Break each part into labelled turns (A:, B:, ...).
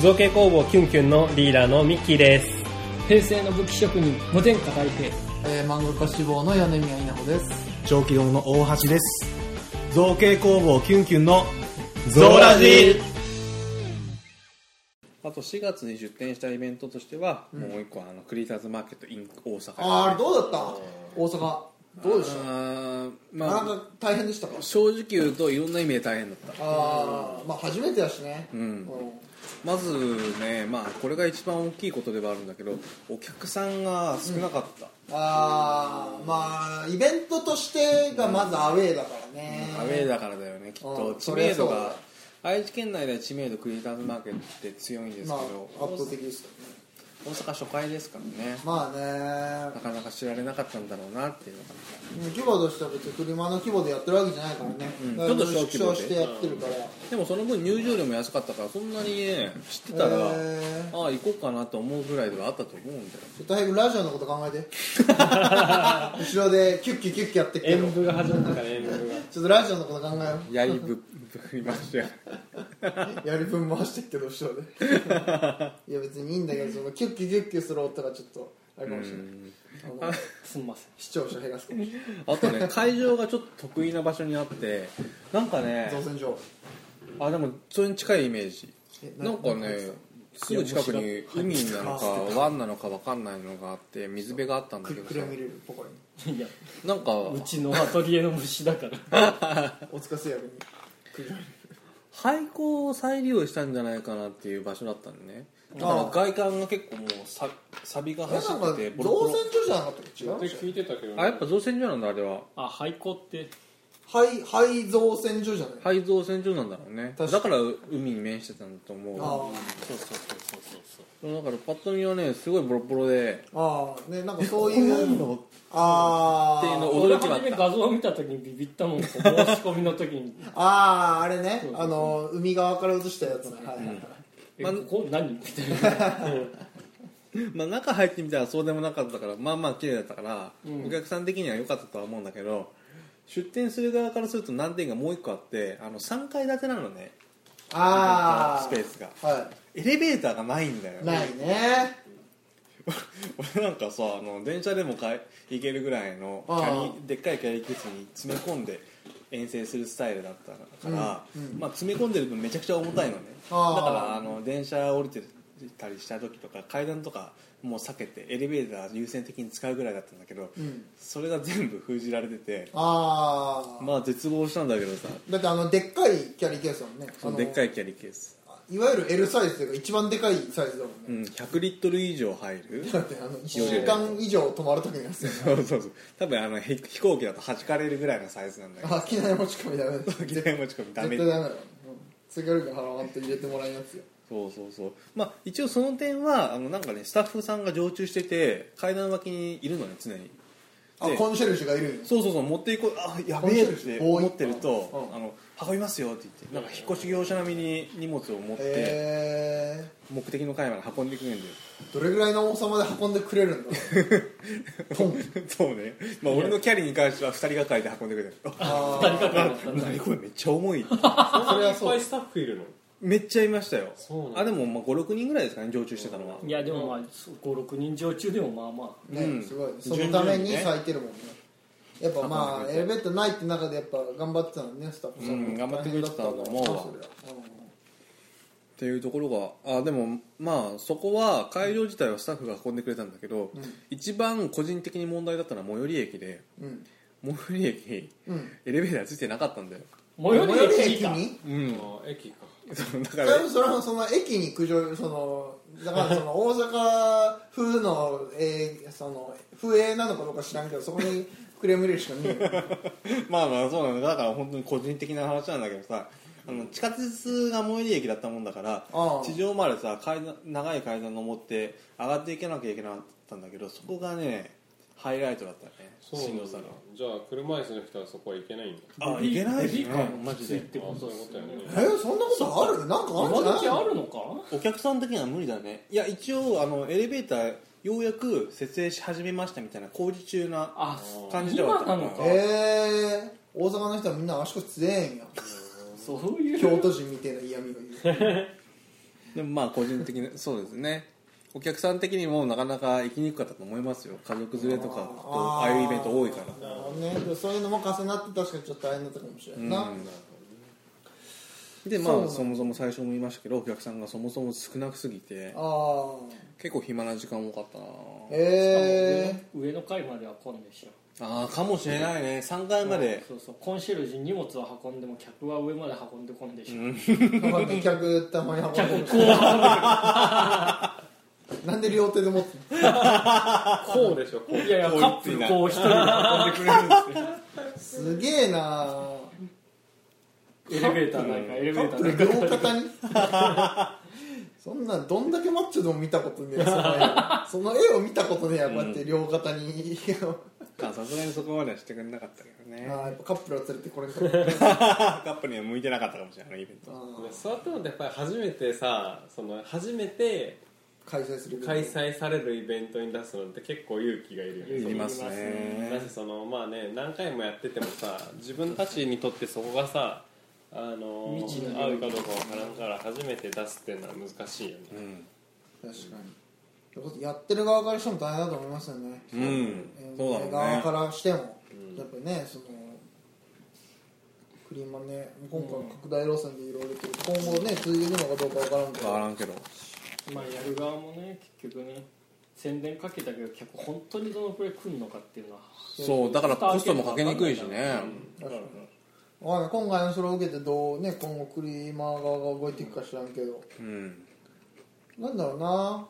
A: 造形工房キュンキュンのリーダーのミッキーです。
B: 平成の武器職人、無天下大抵。
C: えー、漫画家志望の米宮稲穂です。
D: 長期堂の大橋です造形工房キュンキュンの
E: あと4月に出展したイベントとしては、もう一個あのクリエイターズマーケットイン大阪
C: あーあれ
E: う
C: どうだった大阪。どうでした
E: あー
C: なか
E: ま
C: な
E: あ
C: か大変でしたか
E: 正直言うといろんな意味で大変だった
C: ああ、まあ初めてだしね。
E: んまずねまあこれが一番大きいことではあるんだけどお客さんが少なかった、
C: ああ、まあ、イベントとしてがまずアウェーだからね。
E: アウェーだからだよねきっ
C: う
E: と
C: ん
E: 知名度
C: そりゃそう
E: が
C: だ
E: 愛知県内では知名度クリエイターズマーケットって強いんですけど
C: まあ、
E: 大
C: 圧倒的ですよね。
E: 大阪初回ですからね
C: ま
E: な
C: あ
E: かなか知られなかったんだろうなっていうのが
C: ね、規模としては別に車の規模でやってるわけじゃないからね。
E: ん
C: だから
E: ちょっと小規模で
C: 縮小してやってるから。
E: でもその分入場料も安かったからそんなにね知ってたら、
C: え
E: ああ行こうかなと思うぐらいではあったと思うんだよ
C: ー、大変ラジオのこと考 えて。後ろでキュッキュキュッキュやってっけど
A: 演。舞が始まったから、演舞が。
C: ちょっとラジオのこと考えよう。
E: やりぶぶ振りましたよ
C: やり分回してっけど後ろでいや別にいいんだけどそのキュッキュキュッキュする音がちょっとあれかもしれないあの
A: すみません。
C: 視聴者減らすかもしれない
E: あとね会場がちょっと得意な場所にあってなんかね
C: 造船所
E: あでもそれに近いイメージ
C: えな
E: なんかねすぐ近くに海なのか湾なのか分かんないのがあって水辺があったんだ
C: ク
E: け
C: レ
E: ど
C: クレミルポコに
B: いや、
E: なんか
B: うちのアトリエの虫だから。
C: 大塚製薬にクレミル
E: 廃校を再利用したんじゃないかなっていう場所だったんでねだから外観が結構もうさ錆が
C: あれなん
E: 走っ
C: か
E: て
C: 造船
E: てボロボロ
C: 所じゃなかったっけ違
A: で
C: う
A: 聞いてたけど、
E: あやっぱ造船所なんだあれは
B: あ、廃校って。
C: 廃廃造船所じゃない
E: 廃造船所なんだろうね
C: 確か
E: だから海に面してたんだと思う
C: あ
B: そうそうそうそうそう。
E: だからパッと見はねすごいボロボロで
C: あああねなんかそういうあ
E: っていうの
C: あ
E: を
B: 俺
E: 驚き
B: 初
E: はあっ
B: め
E: た
B: 画像を見た時にビビったもん、こう申し込みの時に。
C: あああれね
B: そうそうそう
C: あの海側から映したやつねはいはいはい
B: え、
E: まあ
B: ここ何みたいな。
E: まあ中入ってみたらそうでもなかったからまあまあ綺麗だったから、
B: うん
E: お客さん的には良かったとは思うんだけど出店する側からすると難点がもう一個あってあの3階建てなのね
C: ああ
E: スペースが
C: は
E: エレベーターがないんだよ
C: いないね
E: 俺なんかさあの電車でもかい行けるぐらいのキ
C: ああ
E: ャリでっかいキャリーケースに詰め込んで遠征するスタイルだったから、
C: うんうん
E: まあ、詰め込んでる分めちゃくちゃ重たいのねだ
C: ああ
E: からあの電車降りてたりした時とか階段とかもう避けてエレベーター優先的に使うぐらいだったんだけど、
C: うん
E: それが全部封じられてて
C: ああ
E: まあ絶望したんだけどさ
C: だってあのでっかいキャリーケースだもんね
E: そのでっか
C: い
E: いキャリーケース、
C: いわゆる L サイズというか一番でかいサイズだもんね、
E: うん、100リットル以上入る
C: だってあの1週間以上泊まる時のやつだよね
E: そうそうそう多分あのへ飛行機だと弾かれるぐらいのサイズなんだけど
C: あ機内持ち込みダメだ
E: 機内持ち込みダメ
C: 絶対ダメだよ、うん、追加料金払わんと入れてもらえんやつよ
E: そうそうそうまあ一応その点はあのなんかねスタッフさんが常駐してて階段脇にいるのね常に
C: あ
E: で
C: コンシェルジュがいるんよ
E: そうそうそう持っていこうあやべえって思ってると
C: う
E: あの運びますよって言ってなんか引っ越し業者並みに荷物を持って
C: え
E: 目的の階まで運んでくれるんだよ
C: ー、どれぐらいの重さまで運んでくれる んだろうポン
E: そうねまあ俺のキャリーに関しては2人がかりで運んでくれる
C: あ
B: 二人かかりだったんだ。
E: 何これめっちゃ重い
C: それ
A: い
C: は
A: っぱ
C: そう
A: いスタッフいるの。
E: めっちゃいましたよ
A: そうなんだ
E: あでもまあ56人ぐらいですかね常駐してたのはい
B: や、でもまあ、5、6人常駐でもまあまあ。
C: ーね、
E: うん
C: すごいそのために
E: 順々にね
C: 咲いてるもんねやっぱま
E: 運ん
C: あ
E: でくれ
C: エ
E: て
C: レベーターないって中でやっぱ頑張ってたのねスタッフさんも、
E: うん頑張ってくれてたと思うわ
C: 大変だったからうん
E: っていうところがあでもまあそこは会場自体はスタッフが運んでくれたんだけど、
C: うん
E: 一番個人的に問題だったのは最寄り駅で
C: うん
E: 最寄り駅
C: うん
E: エレベーターついてなかったんだ よ、
B: 最寄り駅
C: 駅
B: か。
C: に
E: うん、
A: あ駅か。
E: だか
C: そ
E: ら
C: れもそれもその駅に苦情そのだからそ の大阪風の,、えー、その風営なのかどうか知らんけどそこにクレーム入れるしかね えよ
E: まあまあそうなんだだから本当に個人的な話なんだけどさあの地下鉄が最寄り駅だったもんだから
C: ああ
E: 地上までさ階段長い階段登って上がっていけなきゃいけなかったんだけどそこがねハイライトだったね
A: そう
E: しん
A: な
E: ど
A: ん
E: さ
A: だ
E: が。
A: じゃあ、車椅子の人はそこは行けないんだ。
E: あいけない
B: ベビ
E: し
B: ー
E: ね
B: カーも
E: マジで
B: って
A: あ
B: こと
A: そう
B: で
A: いう
B: す
A: こと
B: ね
A: やね。
C: えそんなことあるなんかあるんじ
B: 今時
C: ゃ
B: あ
C: ない
B: るのか
E: お客さん的には無理だねいや一応あのエレベーターようやく設営し始めましたみたいな工事中な
B: あ、
E: 感じではあった
B: 今なのか
C: えー、大阪の人はみんな足腰強えんや
B: そういう。
C: 京都人みたいな嫌味を言う
E: でもまあ個人的にそうですねお客さん的にもなかなか行きにくかったと思いますよ家族 連れとかああいうイベント多いから
C: なるほどねでもそういうのも重なって確かにちょっと大変だったかもしれないな、
E: でまあそもそも最初も言いましたけどお客さんがそもそも少なくすぎて
C: あ
E: 結構暇な時間多かったな
C: あへえ
B: 上の階までは混んでしょ
E: ああかもしれないね3階まで
B: そうそうコンシェルジュに荷物を運んでも客は上まで運んでこんでしょ、
C: ー、客たまに運んで
B: 客
C: る
B: こう
C: なんで両手で持ってんの
A: こうでしょこう
B: いやいやカップルこう一人で運んでくれるんですよ
C: すげえな
B: エレベーターないからエレベ
C: カ
B: ータ
C: ップ
B: ーな
C: ル
B: い
C: 両肩にそんなんどんだけマッチョでも見たことねえその絵その絵を見たことねえやこうやって両肩に、
E: あさすがにそこまではしてくれなかったけどね
C: ああやっぱカップルは連れてこれんかった
E: カップには向いてなかったかもしれないあのイベント
C: あー
A: そうやってもやっぱり初めてさその初めて
C: 開催する
A: 開催されるイベントに出すのって結構勇気がいるよね
B: い
E: い
B: り
E: り
B: ま
E: ますす
B: ね
E: ね
A: だしそのまあね何回もやっててもさ自分たちにとってそこがさあの
B: 未知の領域
A: 合うかどうかわからんから初めて出すっていうのは難しいよね、
E: うん、
C: 確かにやってる側からしても大変だと思いますよね
E: うん、そうだろう
C: 側か
E: ね
C: らしても、やっぱりねそのクリーンマンね今回の拡大路線でいろいろと今後ね続いていくのかどうかわからんけ
E: 分か
C: ど
E: らんけど
B: まあやる側もね結局ね宣伝かけたけど客本当にどのくらい来るのかっていうのは
E: そうだからコストもかけにくいしね
B: だから
C: わかんない今回のそれを受けてどうね今後クリーマー側が動いていくか知らんけど
E: うん
C: なんだろうな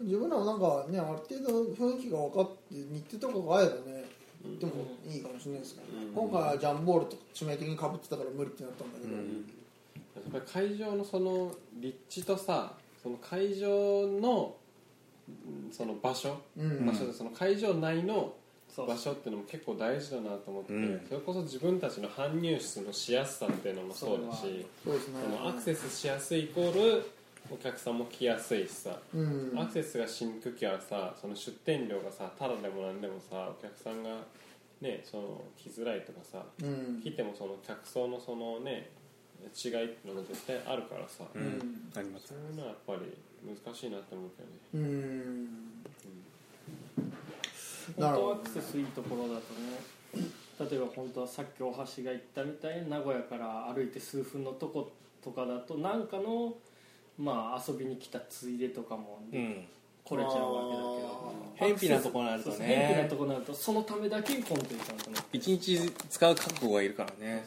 C: 自分らもなんかねある程度雰囲気が分かって日程とかが合えばね行ってもいいかもしれないですけど、ね今回はジャンボールとか致命的にかぶってたから無理ってなったんだけど、
A: やっぱり会場のその立地とさその会場のうんその場所、
C: うん
A: 場所でその会場内の
B: そう
A: 場所っていうのも結構大事だなと思って、
E: うん
A: それこそ自分たちの搬入室のしやすさっていうのもそうだし
C: そうですね
A: そのアクセスしやすいイコールお客さんも来やすいしさ、
C: うん
A: アクセスがしにくきゃさその出店料がさただでもなんでもさお客さんがねその来づらいとかさ
C: うん
A: 来てもその客層のそのね違いってのが絶対あるからさ、
E: う
C: うん
E: んあります
A: そういうのはやっぱり難しいなって思うけどね
C: うんな
B: 本
C: る
B: 当
C: ほ
B: アクセスいいところだとね例えば本当はさっき大橋が言ったみたいに名古屋から歩いて数分のとことかだとなんかのまあ遊びに来たついでとかも
E: うん
B: 来れちゃうわけだけど
E: 偏僻なとこになると
B: そ
E: ね
B: うそう偏僻なとこになるとそのためだけにコンテンツなんとね
E: 一日使う覚悟がいるからね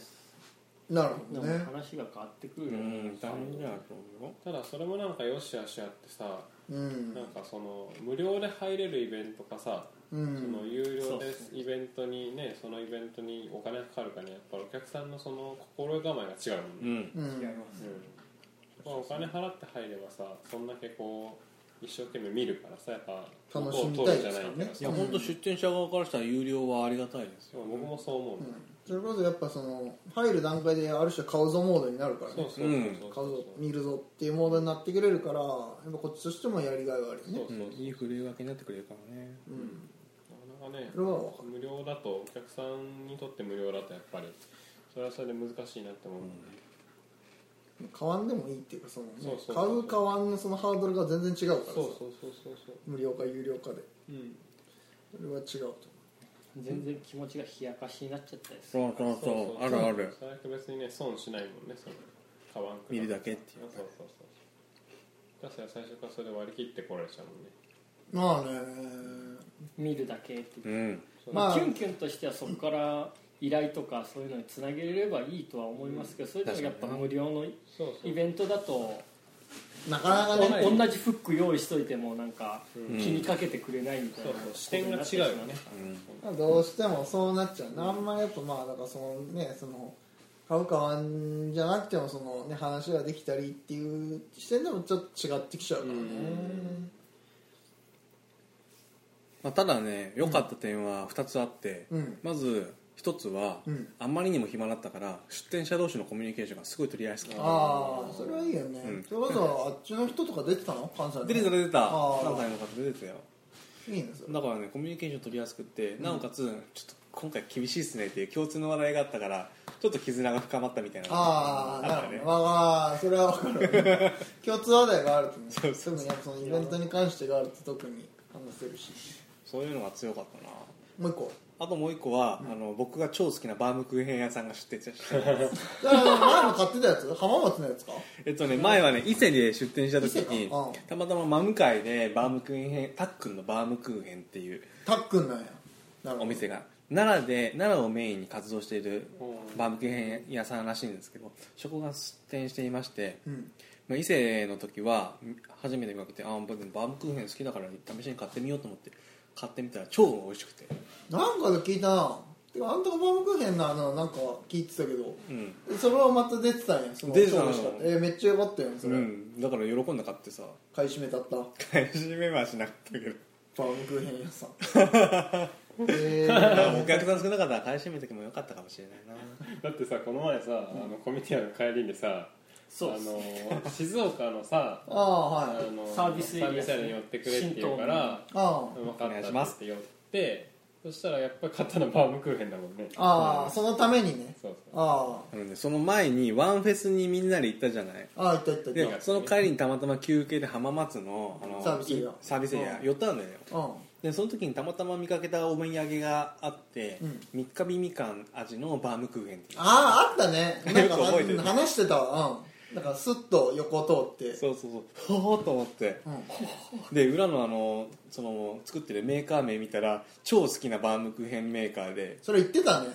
C: どなる
B: で
C: ほ
B: も
C: どね
B: 話が変わってく
E: う
B: るよね
E: ん大変じゃないと思うよ
A: ただそれもなんかよしあしあってさ
C: うん
A: なんかその無料で入れるイベントかさ
C: う
A: その
C: ん
A: 有料
B: そう
A: でイベントにねそのイベントにお金がかかるかねやっぱお客さんのその心構えが違うもんね
E: うん
B: 違い
C: うん
B: ます
A: まあ、お金払って入ればさそんだけこう一生懸命見るからさやっぱ
C: 楽しみたい
A: じ
C: で
A: ゃ
C: す
A: な
C: か
A: い
C: ら
A: け
C: ね
A: ど
E: い
A: さ
E: や本当出店者側からしたら有料はありがたいですよ
A: そう僕もそう思う、
C: うんそれこそやっぱその入る段階である種買うぞモードになるから
A: そう
C: ね
A: そうそうそう
C: 買う
A: そう
C: ぞ見るぞっていうモードになってくれるからやっぱこっちとしてもやりがいはあるよね
A: そうそう
E: いい振り分けになってくれるからね
C: うん
A: なかなかね
C: それは分か
A: 無料だとお客さんにとって無料だとやっぱりそれはそれで難しいなって思う、
C: る買わんでもいいっていうかそのね
A: そうそう
C: 買う買わんのそのハードルが全然違うからさ
A: そうそうそうそうそう
C: 無料か有料かで
A: うん
C: それは違うと
B: 全然気持ちが冷やかしになっちゃったりする
E: そうそうそうあるある
A: それだけ別にね損しないもんねその買わんく
E: 見るだけってい
A: そうそうそうそうだから最初からそれで割り切ってこられちゃうもんね
C: まあね
B: 見るだけって
E: ううん
B: ま
C: ま
B: あ、
C: あ
B: キュンキュンとしてはそこから依頼とかそういうのにつなげれればいいとは思いますけど、それでもやっぱ
E: 確かに
B: 無料のイ
A: そうそう
B: ベントだと、
C: なかなかね
A: はい
B: お同じフック用意しといてもなんか気にかけてくれないみたいな、
A: そうそう視点が違うよね
C: まあどうしてもそうなっちゃうなあんまりやっぱまあだからそのねその買う買わんじゃなくてもそのね話ができたりっていう視点でもちょっと違ってきちゃうからね
E: まあただね良かった点は2つあって
C: うん
E: まず1つは
C: うん
E: あんまりにも暇だったから出店者同士のコミュニケーションがすごい取り合いしかった
C: ああそれはいいよね、
E: うん
C: それこそあっちの人とか出てたの関西の
E: 出てた出てた
C: あー
E: 関西の方出てたよ
C: いいねそれ
E: だからねコミュニケーション取りやすくってなおかつちょっと今回厳しいっすねっていう共通の話題があったからちょっと絆が深まったみたいなの
C: ああ
E: が
C: な
E: った
C: る
E: ね
C: ほどまあまあそれは分かる共通話題があるとね特にやっぱそのイベントに関してがあると特に話せるし
E: そういうのが強かったな
C: もう一個
E: あともう一個は、あの僕が超好きなバームクーヘン屋さんが出店してる
C: だから前も買ってたやつ浜松のやつか
E: えっとね前はね伊勢で出店した時
C: 伊勢
E: に
C: かうん
E: たまたま真向かいでバームクーヘンたっくんのバームクーヘンっていう
C: たっくんなんやなるほど
E: お店が奈良で奈良をメインに活動している
A: うん
E: バームクーヘン屋さんらしいんですけどそこが出店していまして、
C: うん
E: まあ、伊勢の時は初めて見かけてあ僕バームクーヘン好きだから試しに買ってみようと思って買ってみたら超美味しくて
C: なんかで聞いたなてかあんたがバームクーヘンのあのなんか聞いてたけど
E: うん、
C: それはまた出てたんやその
E: 出てたの
C: 超美味しかったえーめっちゃよかったやんそうれ、
E: ん、だから喜んで買ってさ
C: 買い占めたったバ
E: 買い占めはしなかったけ ど
C: ームクーヘン屋さん えー
E: お客さん少なかったら買い占めときもよかったかもしれない
A: だ
E: な
A: ってさこの前さあのコミュニティアの帰りにさあ
B: そうっす
A: の静岡の さ
C: ああ
A: あ
C: はい
A: の
B: サービスエリアですね
A: サービスに寄ってくれって言うから
C: あ
A: 分か
E: お願いし
A: っ
E: ま
A: たっ
E: す
A: て寄ってそしたらやっぱり買ったのはバームクーヘンだもんね
C: あああそのためにね
A: そうそう
C: あ
E: あのねその前にワンフェスにみんなで行ったじゃない
C: あああ行った行った行っ
E: でその帰りにたまたま休憩で浜松のあの
C: サービスエリア
E: いサービスエリア寄ったんだよ
C: たうん
E: でその時にたまたま見かけたお土産があって、
C: うん
E: 三日日みかん味のバームクーヘンっていう
C: あああったねなんか
E: よく覚えてる
C: 話してたわうんだからスッと横通って
E: そうそうそうほほーと思って
C: うん
E: で裏のあのその作ってるメーカー名見たら超好きなバームクーヘンメーカーで
C: それ言ってたね、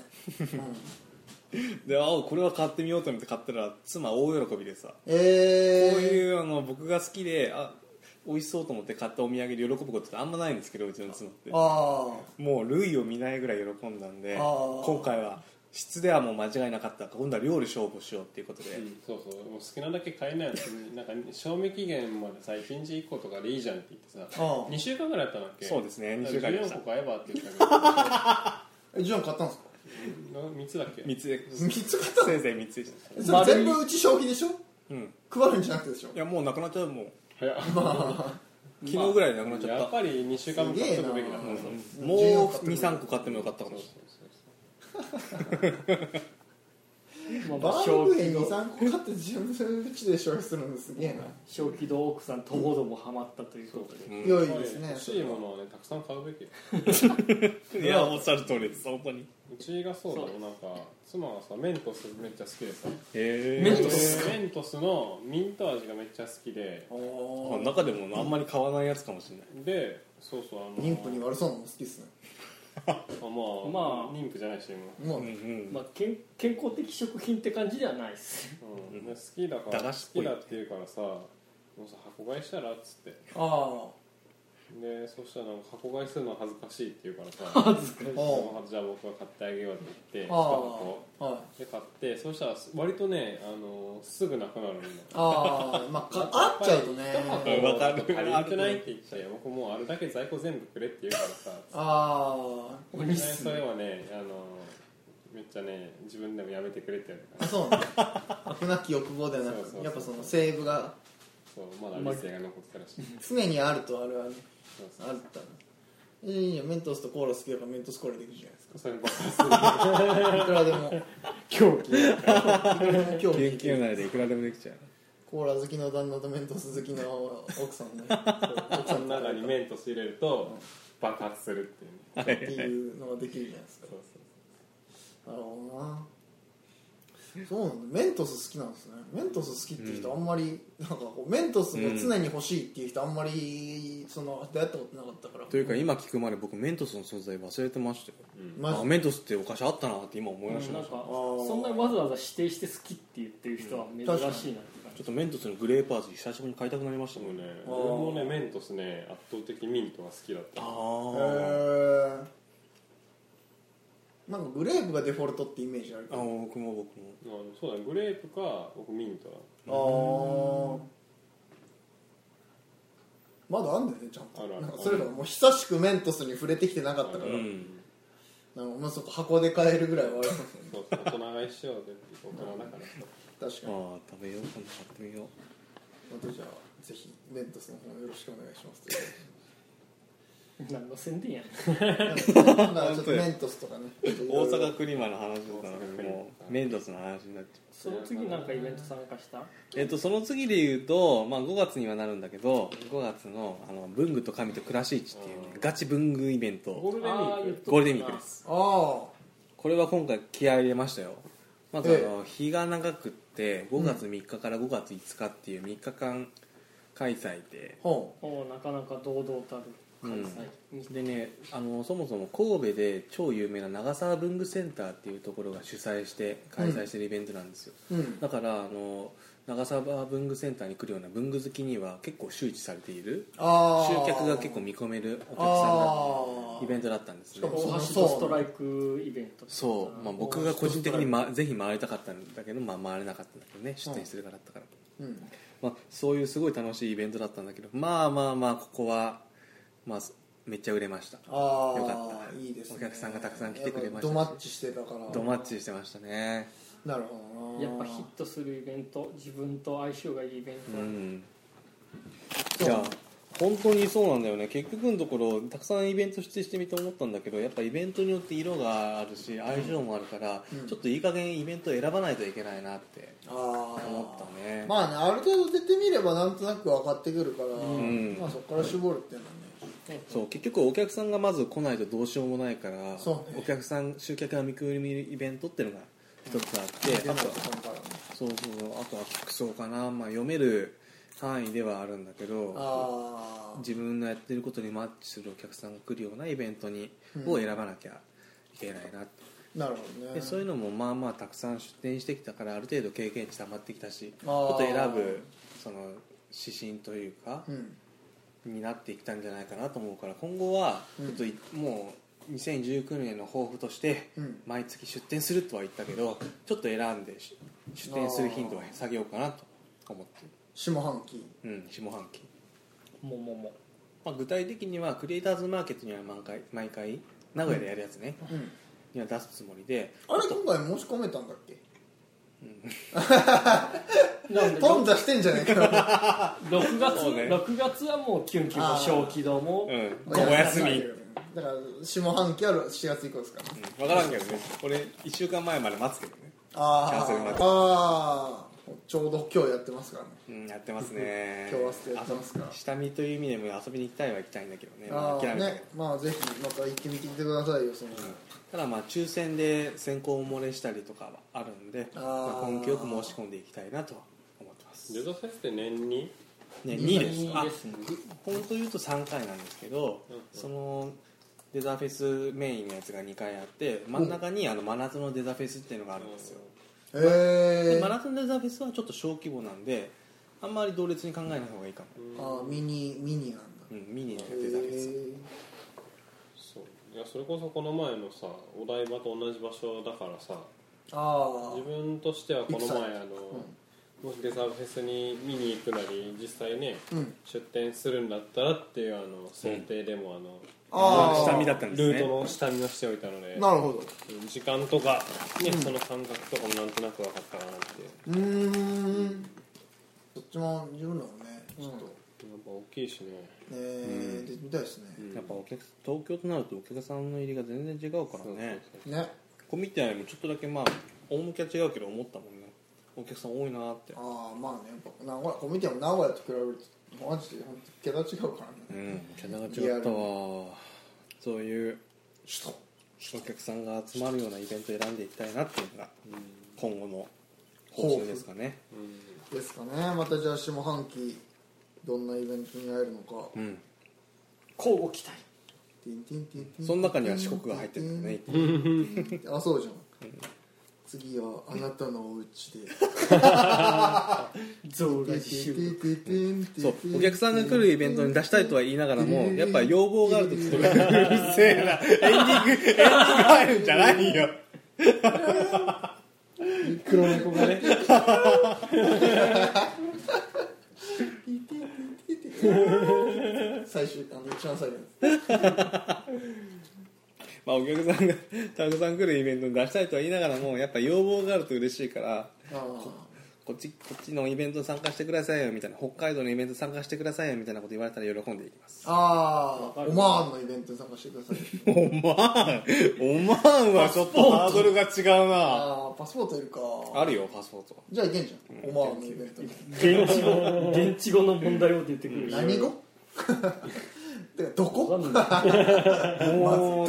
C: うん、
E: であこれは買ってみようと思って買ったら妻大喜びでさ
C: え
E: こ
C: え
E: ういうあの僕が好きであ美味しそうと思って買ったお土産で喜ぶことってあんまないんですけどうちの妻って
C: あ
E: もう類を見ないぐらい喜んだんで
C: あー
E: 今回は質ではもう間違いなかった今度は料理勝負しようっていうことで、
A: うんそうそうもう好きなだけ買えないやつになんか賞味期限までさ1日1個とかでいいじゃんって言ってさ
C: ああ
A: 2週間ぐらいやったんだっけ
E: そうですね2週間でした
A: 14個買えばって言ったけど
C: あジョン買ったんですか
A: 3つだっけ
E: 三つで
C: 3つ買った の
E: 先生三つでし
C: えそれ全部うち消費でしょ
E: たうん
C: 配るんじゃなくてでしょ
E: いやもうなくなっちゃうもう
A: 早っ
E: 昨日ぐらいでなくなっちゃ
A: や
E: っ、
A: ったぱり2週間も買っとくべきだった
C: すげえな
A: そう
C: うん
E: もう
C: 14買ってくる
E: 23個買ってもよかったかもしれない
B: まあまあ
C: バー
B: 小
C: ムクーヘ
B: 規
C: ン
B: 模
C: 23個買って自分のうちで消費するのすげえな、
B: 小規模奥さんとほどもハマったということで
E: うん
C: 良いですね
A: 欲しいものはねたくさん買うべきよ
E: いやおっしゃる通りです本当に
A: うちがそうだよなんか妻がさメントスめっちゃ好きでさ
E: へ
B: メントス
A: メントスのミント味がめっちゃ好きで
C: おー
E: 中でもあんまり買わないやつかもしれない
A: でそうそうあの
C: 妊婦に悪そうなの好きっすね
A: あまあ、
B: まあ
A: 妊婦じゃないしも
C: もう、
E: うん
B: まあ、健健康的食品って感じではない です
A: う、うんで好きだから
E: 駄菓
A: 好
E: 子っぽ
A: き
E: い
A: だって言うからさもうさ箱買いしたらっつって
C: あ
A: でそしたらなんか箱買いするのは恥ずかしいって言うからさ 恥ずかしいじゃあ僕が買ってあげようって言って
C: ああ
A: 箱
C: あはい
A: で買ってそしたら割とねあのすぐなくなるの
C: ああまあか合っちゃうとね
E: うんわかる
A: 足りなくないって言って僕もうあれだけ在庫全部くれって言うからさ
C: あ
A: ね、それはねあのめっちゃね自分でもやめてくれってやるか
C: あ
A: ら
C: そうなんだ飽くなき欲望ではな
A: そうそうそ
C: く
A: う
C: やっぱそのセーブが
A: そうまだ理性が残ってたらしい
C: 常にあるとあるある
A: そうそ
C: あるったらいいよメントスとコーラ好きだからメントスコーラできるじゃな
A: うそれ爆発するあ
C: いですかいくらでも
B: 今日
C: 今
E: 研
C: 日
E: 究内でいくらでもできちゃう
C: コーラ好きの旦那とメントス好きの奥さんね奥さ
A: の
C: ん
A: 中に
C: に
A: メントス入れると爆発するっていう、ね、
C: っていうのができるじゃないですか
A: そう
C: なるほどなそうなんだメントス好きなんですねメントス好きっていう人あんまり、なんかこうメントスも常に欲しいっていう人あんまりその出会ったことなかったから
E: というか今聞くまで僕メントスの存在忘れてましたよ
C: マジ
E: あメントスってお菓子あったなって今思い出し
B: なん
E: ま
B: か
E: した、
B: そんなわざわざ指定して好きって言ってる人は珍しいなって感
E: ちょっとメントスのグレーパーズ久しぶりに買いたくなりました
A: でも
E: もん
A: ね
E: ね
C: あー
A: 俺もねメントスね圧倒的ミントが好きだった
C: へ
E: あ
C: ーなんかグレープがデフォルトってイメージあるけ
E: ああ
C: ど
E: 僕も僕も
A: あのそうだねグレープか僕ミントだ
C: あーまだあんだよねちゃんと
A: あるある
C: なんかそれがもう久しくメントスに触れてきてなかったから
A: うあ
E: う
A: る
E: ん
C: なんかまあそこ箱で買えるぐらい はあるかもし
A: そうそう大人買いしようぜって大人だから
C: れない確か
E: あ
C: に
E: あ食べよう今度買ってみよう
C: またじゃあぜひメントスの方よろしくお願いしますということで
B: 何の宣伝や
C: なんかちょっとメントスとかね
E: 大
C: ちょっといろいろ
E: 阪クリマの話とかもうメントスの話になっちゃう
B: その次なんかイベント参加した
E: えっと、その次で言うと、まあ、5月にはなるんだけど5月のあの「文具と神と暮らし市」っていう、ね、ガチ文具イベント
A: ゴー
E: ゴ
A: ルデンウィーク
E: ールデンウィークですす
C: あ
E: これは今回気合い入れましたよまずあ
C: ええ
E: の日が長くって5月3日から5月5日っていう3日間開催で
C: あ、ほ
B: おなかなか堂々たる開催、うん
E: でねあのそもそも神戸で超有名な長沢文具センターっていうところが主催して開催してるイベントなんですよ、
C: ううん
E: だからあの長沢文具センターに来るような文具好きには結構周知されている
C: ああ
E: 集客が結構見込めるお客さん
C: あ
E: だ
C: ー
E: イベントだったんです
C: し
E: ね
C: かも
B: 大橋とストライクイベント
E: そう、まあ、僕が個人的に、ま、ぜひ回りたかったんだけど、まあ、回れなかったんだけどね出店してるからだったから、
C: うん
E: まあ、そういうすごい楽しいイベントだったんだけどまあまあまあここは、まあ、めっちゃ売れました
C: ああ
E: よかった
C: いいですね
E: お客さんがたくさん来てくれましたし
C: やっぱドマッチしてたから
E: ドマッチしてましたね
C: なるほどな
B: やっぱヒットするイベント自分と相性がいいイベン
E: う
B: ト、
E: んじゃあ本当にそうなんだよね結局のところたくさんイベント出演してみて思ったんだけどやっぱイベントによって色があるし相性もあるから、
C: うん
E: ちょっといい加減イベントを選ばないといけないなって
C: ああ
E: 思ったね
C: まあねある程度出てみればなんとなく分かってくるから、
E: ん
C: まあ、そこから絞るっていうのはね、
E: そう結局お客さんがまず来ないとどうしようもないから、
C: そうね
E: お客さん集客が見込めるイベントっていうのが一つあって、
C: 出
E: あ
C: ない
E: と
C: と
E: は
C: こからね
E: そうそうあとは服装かな、まあ、読める範囲ではあるんだけど
C: ああ
E: 自分のやってることにマッチするお客さんが来るようなイベントに、
C: うん
E: を選ばなきゃいけないなと
C: なるほどね
E: でそういうのもまあまあたくさん出店してきたからある程度経験値溜まってきたしち
C: あー
E: ょっと選ぶその指針というか、
C: うん
E: になってきたんじゃないかなと思うから今後はち
C: うん
E: ょっとい、もう2019年の抱負として
C: うん
E: 毎月出店するとは言ったけどちょっと選んでし出店する頻度は下げようかなと思って
C: 下半期
E: る、うん、下半期、
B: ももも
E: まあ、具体的にはクリエイターズマーケットには毎回毎回名古屋でやるやつね、
C: うん
E: には出すつもりで
C: あれ今回申し込めたんだっけ
B: なんで
C: 頓挫してんじゃね えか
B: 6月
E: そうね
B: 6月はもうキュンキュンも小気道も、
E: うんお休み、うん、
C: だから下半期は4月以降ですから、
E: 分からんけどねこれ1週間前まで待つけどね
C: あ
E: キャンセル
C: ー
E: 待って
C: あーちょうど今日やってますからね
E: うん、やってますね
C: 今日は捨てやってますか
E: あ下見という意味でも遊びに行きたいは行きたいんだけどねま
C: あ
E: あ
C: あ
E: 諦めたけど、
C: ねまあぜひまた行ってみてくださいよその、
E: ただまあ抽選で先行漏れしたりとかはあるんで
C: あー
E: まあ、根気よく申し込んでいきたいなとは思ってます、ね、
A: ジェドフェスって年に
E: 2です
B: いい
E: あ
B: ですね
E: 本当言うと3回なんですけど、
A: うんうん
E: そのデザフェスメインのやつが2回あって真ん中にあの真夏のデザフェスっていうのがあるんですよ、
C: へ
E: で
C: え
E: 真夏のデザフェスはちょっと小規模なんであんまり同列に考えない方がいいかも、
A: うん
C: ああミニミニなんだ
E: うん、ミニの
C: へ
E: デザフェス
C: え
A: そういやそれこそこの前のさお台場と同じ場所だからさ
C: あ
A: 自分としてはこの
C: いくつ
A: 前あの、もしデザーフェスに見に行くなり実際ね
C: あうん
A: 出店するんだったらっていうあの想定でもあの、
C: あー
E: 下見だったんですね
A: ルートの下見をしておいたので
C: なるほど
A: 時間とか、ねその感覚とかもなんとなく分かったかなっていう
C: うーんどっちも自分らもねちょっと、
A: やっぱ大きいしね
C: えーでみたいですね、
E: やっぱお客東京となるとお客さんの入りが全然違うからね
C: ね
E: こう見てもちょっとだけまあ趣は違うけど思ったもんねお客さん多いなって
C: ああまあねやっぱ名古屋コミュニティも名古屋と比べるとマジで本当桁違うからね
E: うんキャラが違ったわそういう
C: 首都
E: お客さんが集まるようなイベントを選んでいきたいなっていうのが今後の方針ですかね
C: ですかねまたじゃあ下半期どんなイベントに会えるのか、
E: うん
B: 交互期待
C: ティンティンティンティン
E: その中には四国が入ってるんだね
C: あそうじゃん次はあなたのお家で
B: 増
C: テ
B: 外
C: ィンティン
B: 収
C: ティンティンティンティン
E: そうお客さんが来るイベントに出したいとは言いながらもやっぱ要望があるときとかうるせえなエンディングエンディング入るんじゃないよ
C: 黒猫がね最終あの一番最後
E: まあ、お客さんがたくさん来るイベントに出したいとは言いながらもやっぱ要望があると嬉しいから
C: あ
E: こっちこっちのイベントに参加してくださいよみたいな北海道のイベントに参加してくださいよみたいなこと言われたら喜んでいきます
C: ああ
B: わか
C: オ
B: る
C: マーンのイベントに参加してください
E: おまんおまんはちょっとハードルが違うな
C: ああパスポートいるか
E: あるよパスポート
C: じゃあいけんじゃんオマーンのイベントに
B: 現地語現地語の問題を出てくる
C: 何語てかどこ
B: わかんない
E: もう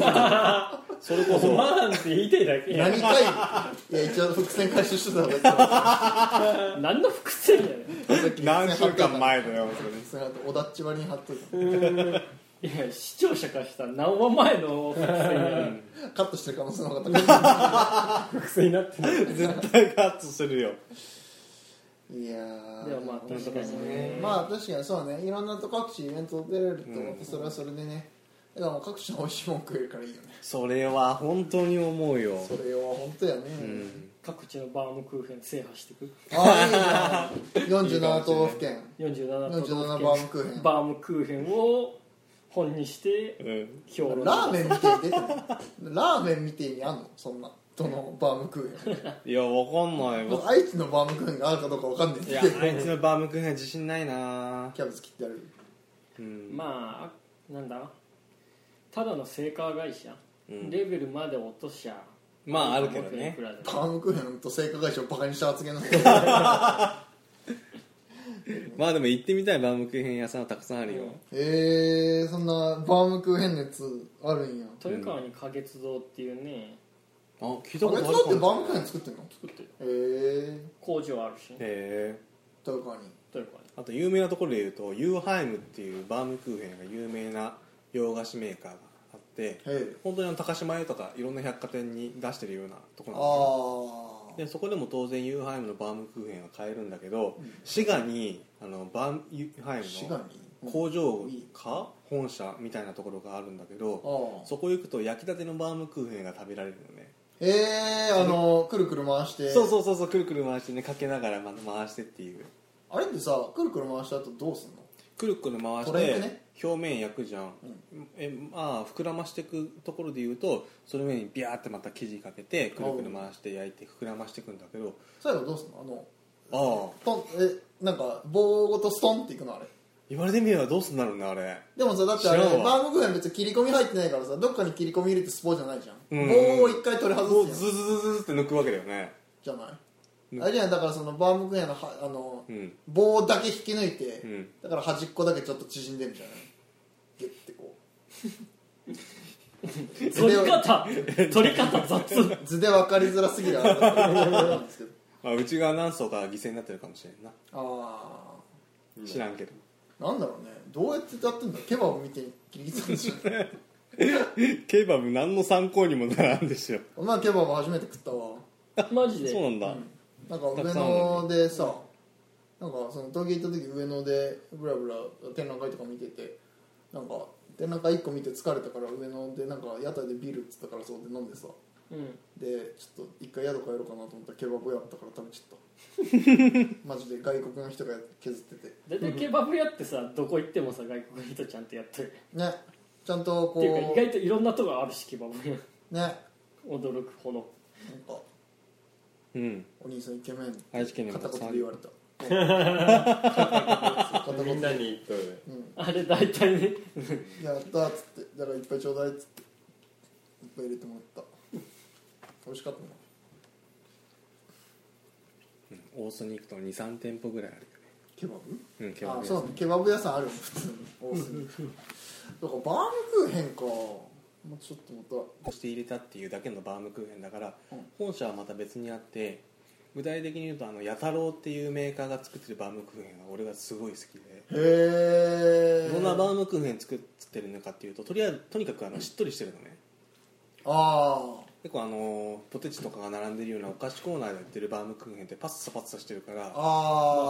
E: それこ
B: オ
E: そ
B: マーンって言いたいだけや
C: 何回いや一応伏線回収してたのが
B: 何の伏線やねん
E: 何週間前だよ
C: それあとおだっち割りに貼っとい た
B: いや視聴者からしたら何話前の伏線やねん
C: カットしてる可能性の方が高い
B: 伏線になってない
E: それ絶対カットするよ
C: いやー
B: でもまあ確かにね
C: まあ確かにそうねいろんなとこ各地イベント出れると思ってそれはそれでねだからもう各地の美味しいもん食えるからいいよね
E: それは本当に思うよ
C: それは本当やね、
E: うん
B: 各地のバームクーヘン制覇していく
C: ああいいじゃん47都道府県
B: 47都道
C: 47
B: 府
C: バー
B: 県
C: ムクーヘンラ
B: バームクーヘンを本にして
E: うん
B: 評論
C: ーメンみたいに出てるラーメンみたいにあんのそんなどのバームクーヘ
E: いやわかんない
C: ンもう
E: わ
C: 愛知のバームクーヘンがあるかどうかわかんない
E: いやあいつのバームクーヘンは自信ないな
C: キャベツ切ってある
E: うん
B: まあなんだただの成果会社、
E: うん
B: レベルまで落としゃ
E: まああるけどね
B: いくらでも
C: バームクーヘンと製菓会社をバカにした発言なんだけど
E: まあでも行ってみたいバームクーヘン屋さんはたくさんあるよ
C: えー、そんなバームクーヘンのやつあるんや
B: 豊川に花月堂っていうね
E: あ聞いた
C: あ
E: こ
C: いつだ
E: とあ
C: って
E: る
C: バ
E: か
C: ーム
E: も
C: クーヘン作ってんの
B: 作ってる
C: えー、
B: 工場あるしね
E: へえ
C: 豊川に
B: 豊川に
E: あと有名なところで言うとユーハイムっていうバームクーヘンが有名な洋菓子メーカーがあって
C: へえ
E: 本当にあの高島屋とかいろんな百貨店に出してるようなところ
C: あ
E: なんですよ
C: あ
E: でそこでも当然ユーハイムのバームクーヘンは買えるんだけど、滋賀にあのバームユーハイ
C: 滋
E: ム
C: 賀
E: の
C: に
E: 工場か本社みたいなところがあるんだけど
C: ああ
E: そこ行くと焼きたてのバームクーヘンが食べられるのね、
C: ええー、あのくるくる回して
E: そうそうそうそうくるくる回してねかけながらま回してっていう
C: あれってさくるくる回した後どうすんの
E: くるくる回し
C: これ
E: て、
C: ね
E: 表面焼くじゃん、えまあ膨らましていくところで言うとその上にビャーってまた生地かけてくるくる回して焼いて膨らましていくんだけど
C: 最後どうすんのあ
E: あ
C: の
E: あ
C: トンえなんか棒ごとストンっていくのあれ
E: 言われてみればどうすんだろうなあれ
C: でもさだってあれバ
E: 知らんわ
C: ームクーヘン別に切り込み入ってないからさどっかに切り込み入れてスポーじゃないじゃん、
E: うん
C: 棒を一回取り
E: こ
C: 外
E: うズ
C: す
E: ズ
C: じゃん
E: ズズズって抜くわけだよね
C: じゃない、
E: うん
C: あれじゃないだからそのバームクーヘンのはあの、
E: うん
C: 棒だけ引き抜いて、
E: うん
C: だから端っこだけちょっと縮んでるんじゃないギュッてこう図
B: 取
C: で
B: り方取り方 雑
C: 図で分かりづらすぎるあれだと思うんですけど
E: あうちが何層かが犠牲になってるかもしれんな
C: あ
E: 知らんけど
C: あなんだろうねどうやってやってんだケバブ見て切り刻んでし ょ
E: ケバブ何の参考にもならんでしょ
C: こんなのケバブ初めて食ったわ
B: マジで
E: そうなんだ、
C: なんか上野でさなんかその東京行った時上野でブラブラ展覧会とか見ててなんか展覧会1個見て疲れたから上野でなんか屋台でビールっつったからそこで飲んでさ
B: うん
C: でちょっと一回宿帰ろうかなと思ったらケバブ屋あったから食べちゃっ たマジで外国の人が削ってて
B: 大体ケバブ屋ってさどこ行ってもさ外国の人ちゃんとやってる
C: ねちゃんと
B: っていうか
C: こ
B: 意外といろんなとこあるしケバブ屋
C: うねなんか
B: 驚くほど
E: うん
C: お兄さんイケメン
E: 愛知県にも
C: 片
E: たくさん
C: 言
E: あ
C: で言
E: る
C: われた
A: みんなに言っとるね
B: あれ大体ね
C: やったっつってだからいっぱいちょうだいっつっていっぱい入れてもらった美味しかったな
E: 大須に行くと23店舗ぐらいあるよね
C: ケバブ
E: うんケバブ
C: あ
E: 屋
C: そ
E: さ
C: うねケバブ屋さんあるよ普通に大須にだからバームクーヘンかもうちょっとまた
E: そして入れたっていうだけのバームクーヘンだから、
C: うん
E: 本社はまた別にあって具体的に言うとあの八太郎っていうメーカーが作ってるバームクーヘンが俺がすごい好きで
C: へえ
E: どんなバームクーヘン作ってるのかっていうととりあえずとにかくあのしっとりしてるのね
C: あ
E: 結構あのポテチとかが並んでるようなお菓子コーナーで売ってるバームクーヘンってパッサパッサしてるから
C: あ
E: あ
C: あ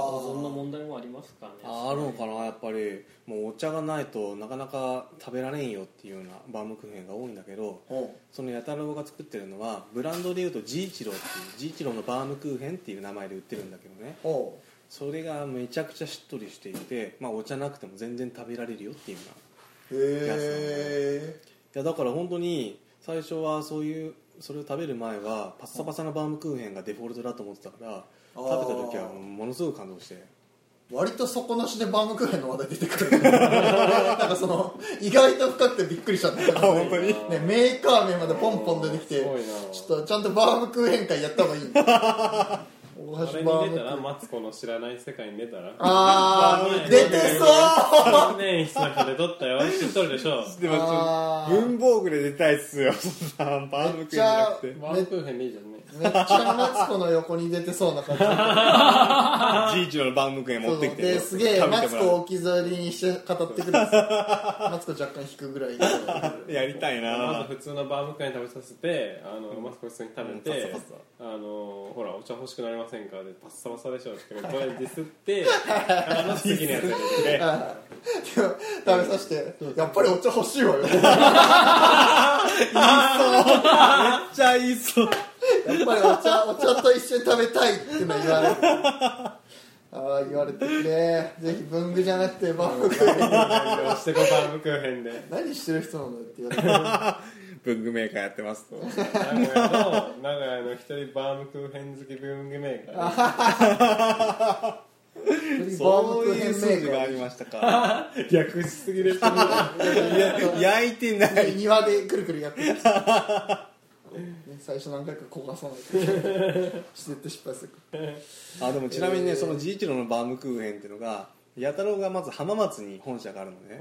B: 保存の問題もありますからね
E: あるのかなやっぱりもうお茶がないとなかなか食べられんよっていうようなバームクーヘンが多いんだけど
C: あうん
E: その八太郎が作ってるのはブランドでいうとジーチローっていうジーチローのバームクーヘンっていう名前で売ってるんだけどね
C: おう
E: それがめちゃくちゃしっとりしていて、まあ、お茶なくても全然食べられるよっていうような
C: へえ
E: いやだから本当に最初はそういうそれを食べる前はパッサパサなバームクーヘンがデフォルトだと思ってたから
C: あ
E: 食
C: ー
E: べた時はものすごく感動して
C: 割と底なしでバームクーヘンの話題出てくる なんかその意外と深くてびっくりしちゃったあ本当に、ね、メーカー名までポンポン出てきて
A: すごいな
C: ちょっとちゃんとバームクーヘン会やった方がいい大
A: あ
C: 橋
A: れ
C: バ
A: に
C: ーム
A: 出
C: ク
A: たら
C: ーヘン
A: マツコの知らない世界に出たら
C: あ
A: バームクーヘ
C: ー
A: ン
C: 出てそう
A: 3年室ので撮ったよ知っとるでしょ
E: で
C: あー
E: 文房具で出たいっすよ そんなバームクーヘンじゃなくて
A: バームクーヘンでいいじゃんね
C: めっちゃマツコの横に出てそうな感じ
E: じいちのバームクーヘン持ってきて
C: そうですげえ
E: 食べ
C: マ
E: て
C: ツ
E: もらう
C: コを置き去りにして語ってくるんですよマツコ若干引くぐらい
E: やりたい
A: ま
E: な
A: ず普通のバームクーヘン食べさせてあの、マスコ普通に食べて、
E: うんパッサパ
A: あのほらお茶欲しくなりませんかでパッサパサでしょって これディスってあの次のやつに
C: 食べさせてやっぱりお茶欲しいわよやっ
E: めっちゃいいそう
C: ぱりお茶お茶と一緒に食べたいってのは言われてああ言われてるねぜひ文具じゃなくてバームクーヘン
A: 押してこうバームクーヘンで
C: 何してる人なんだよって言われて
E: 文具メーカーやってますと
A: 名古屋の名古屋の一人バームクーヘン好き文具メーカーで
C: バ
E: そ
C: ーム
E: う
C: クーヘ
E: い
C: ン
E: う
C: メ
E: 数字があ
C: ー
E: りましたか
A: 逆しすぎですね
E: 焼いてな
C: カー
E: い
C: で庭でくるくるやってるね最初何回か焦がさないとしてって失敗する
E: あでもちなみにね、その治一郎のバームクーヘンっていうのが弥太郎がまず浜松に本社があるのね、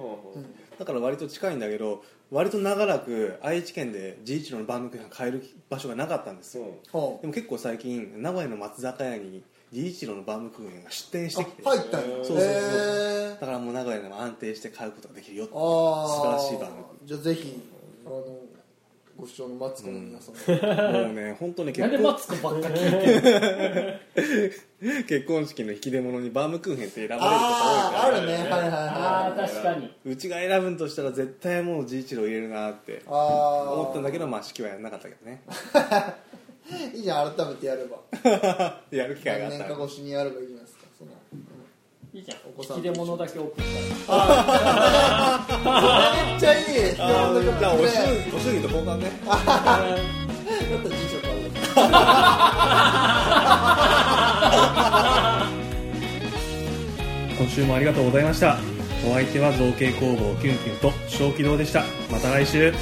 E: だから割と近いんだけど割と長らく愛知県で治一郎のバームクーヘンを買える場所がなかったんですよ、
C: ほう
E: でも結構最近名古屋の松坂屋に治一郎のバームクーヘンが出店してきて
C: あ入ったんや
E: そうそうそう
C: へー
E: だからもう名古屋でも安定して買うことができるよっていう
C: ああ
E: 素晴らしい番
C: じゃあぜひあのご視聴のマツコの皆さんも、
E: もうね本当に
B: なんで
E: 結
B: マ
E: 婚
B: ツコばっか聞いてる
E: 結婚式の引き出物にバームクーヘンって選ばれること多い
C: あ
E: か
C: あ
E: ら
C: あるねはいはいはい
B: ああ確かに
E: うちが選ぶんとしたら絶対もう治一郎入れるなって
C: ああ
E: 思ったんだけどまあ式はやらなかったけどね
C: いいじゃん改めてやれば
E: やる機会があ
C: 何
E: った
C: 年
E: ら
C: か越しにやればいいじゃないですかその
B: いいじゃん
C: お子さん
B: 引き出物だけ送ったら
C: めっちゃいい
E: あーじゃあお
C: だっ
E: 祝お祝儀と交換ね
C: たら次女から
F: 今週もありがとうございましたお相手は造形工房キュンキュンと小気道でしたまた来週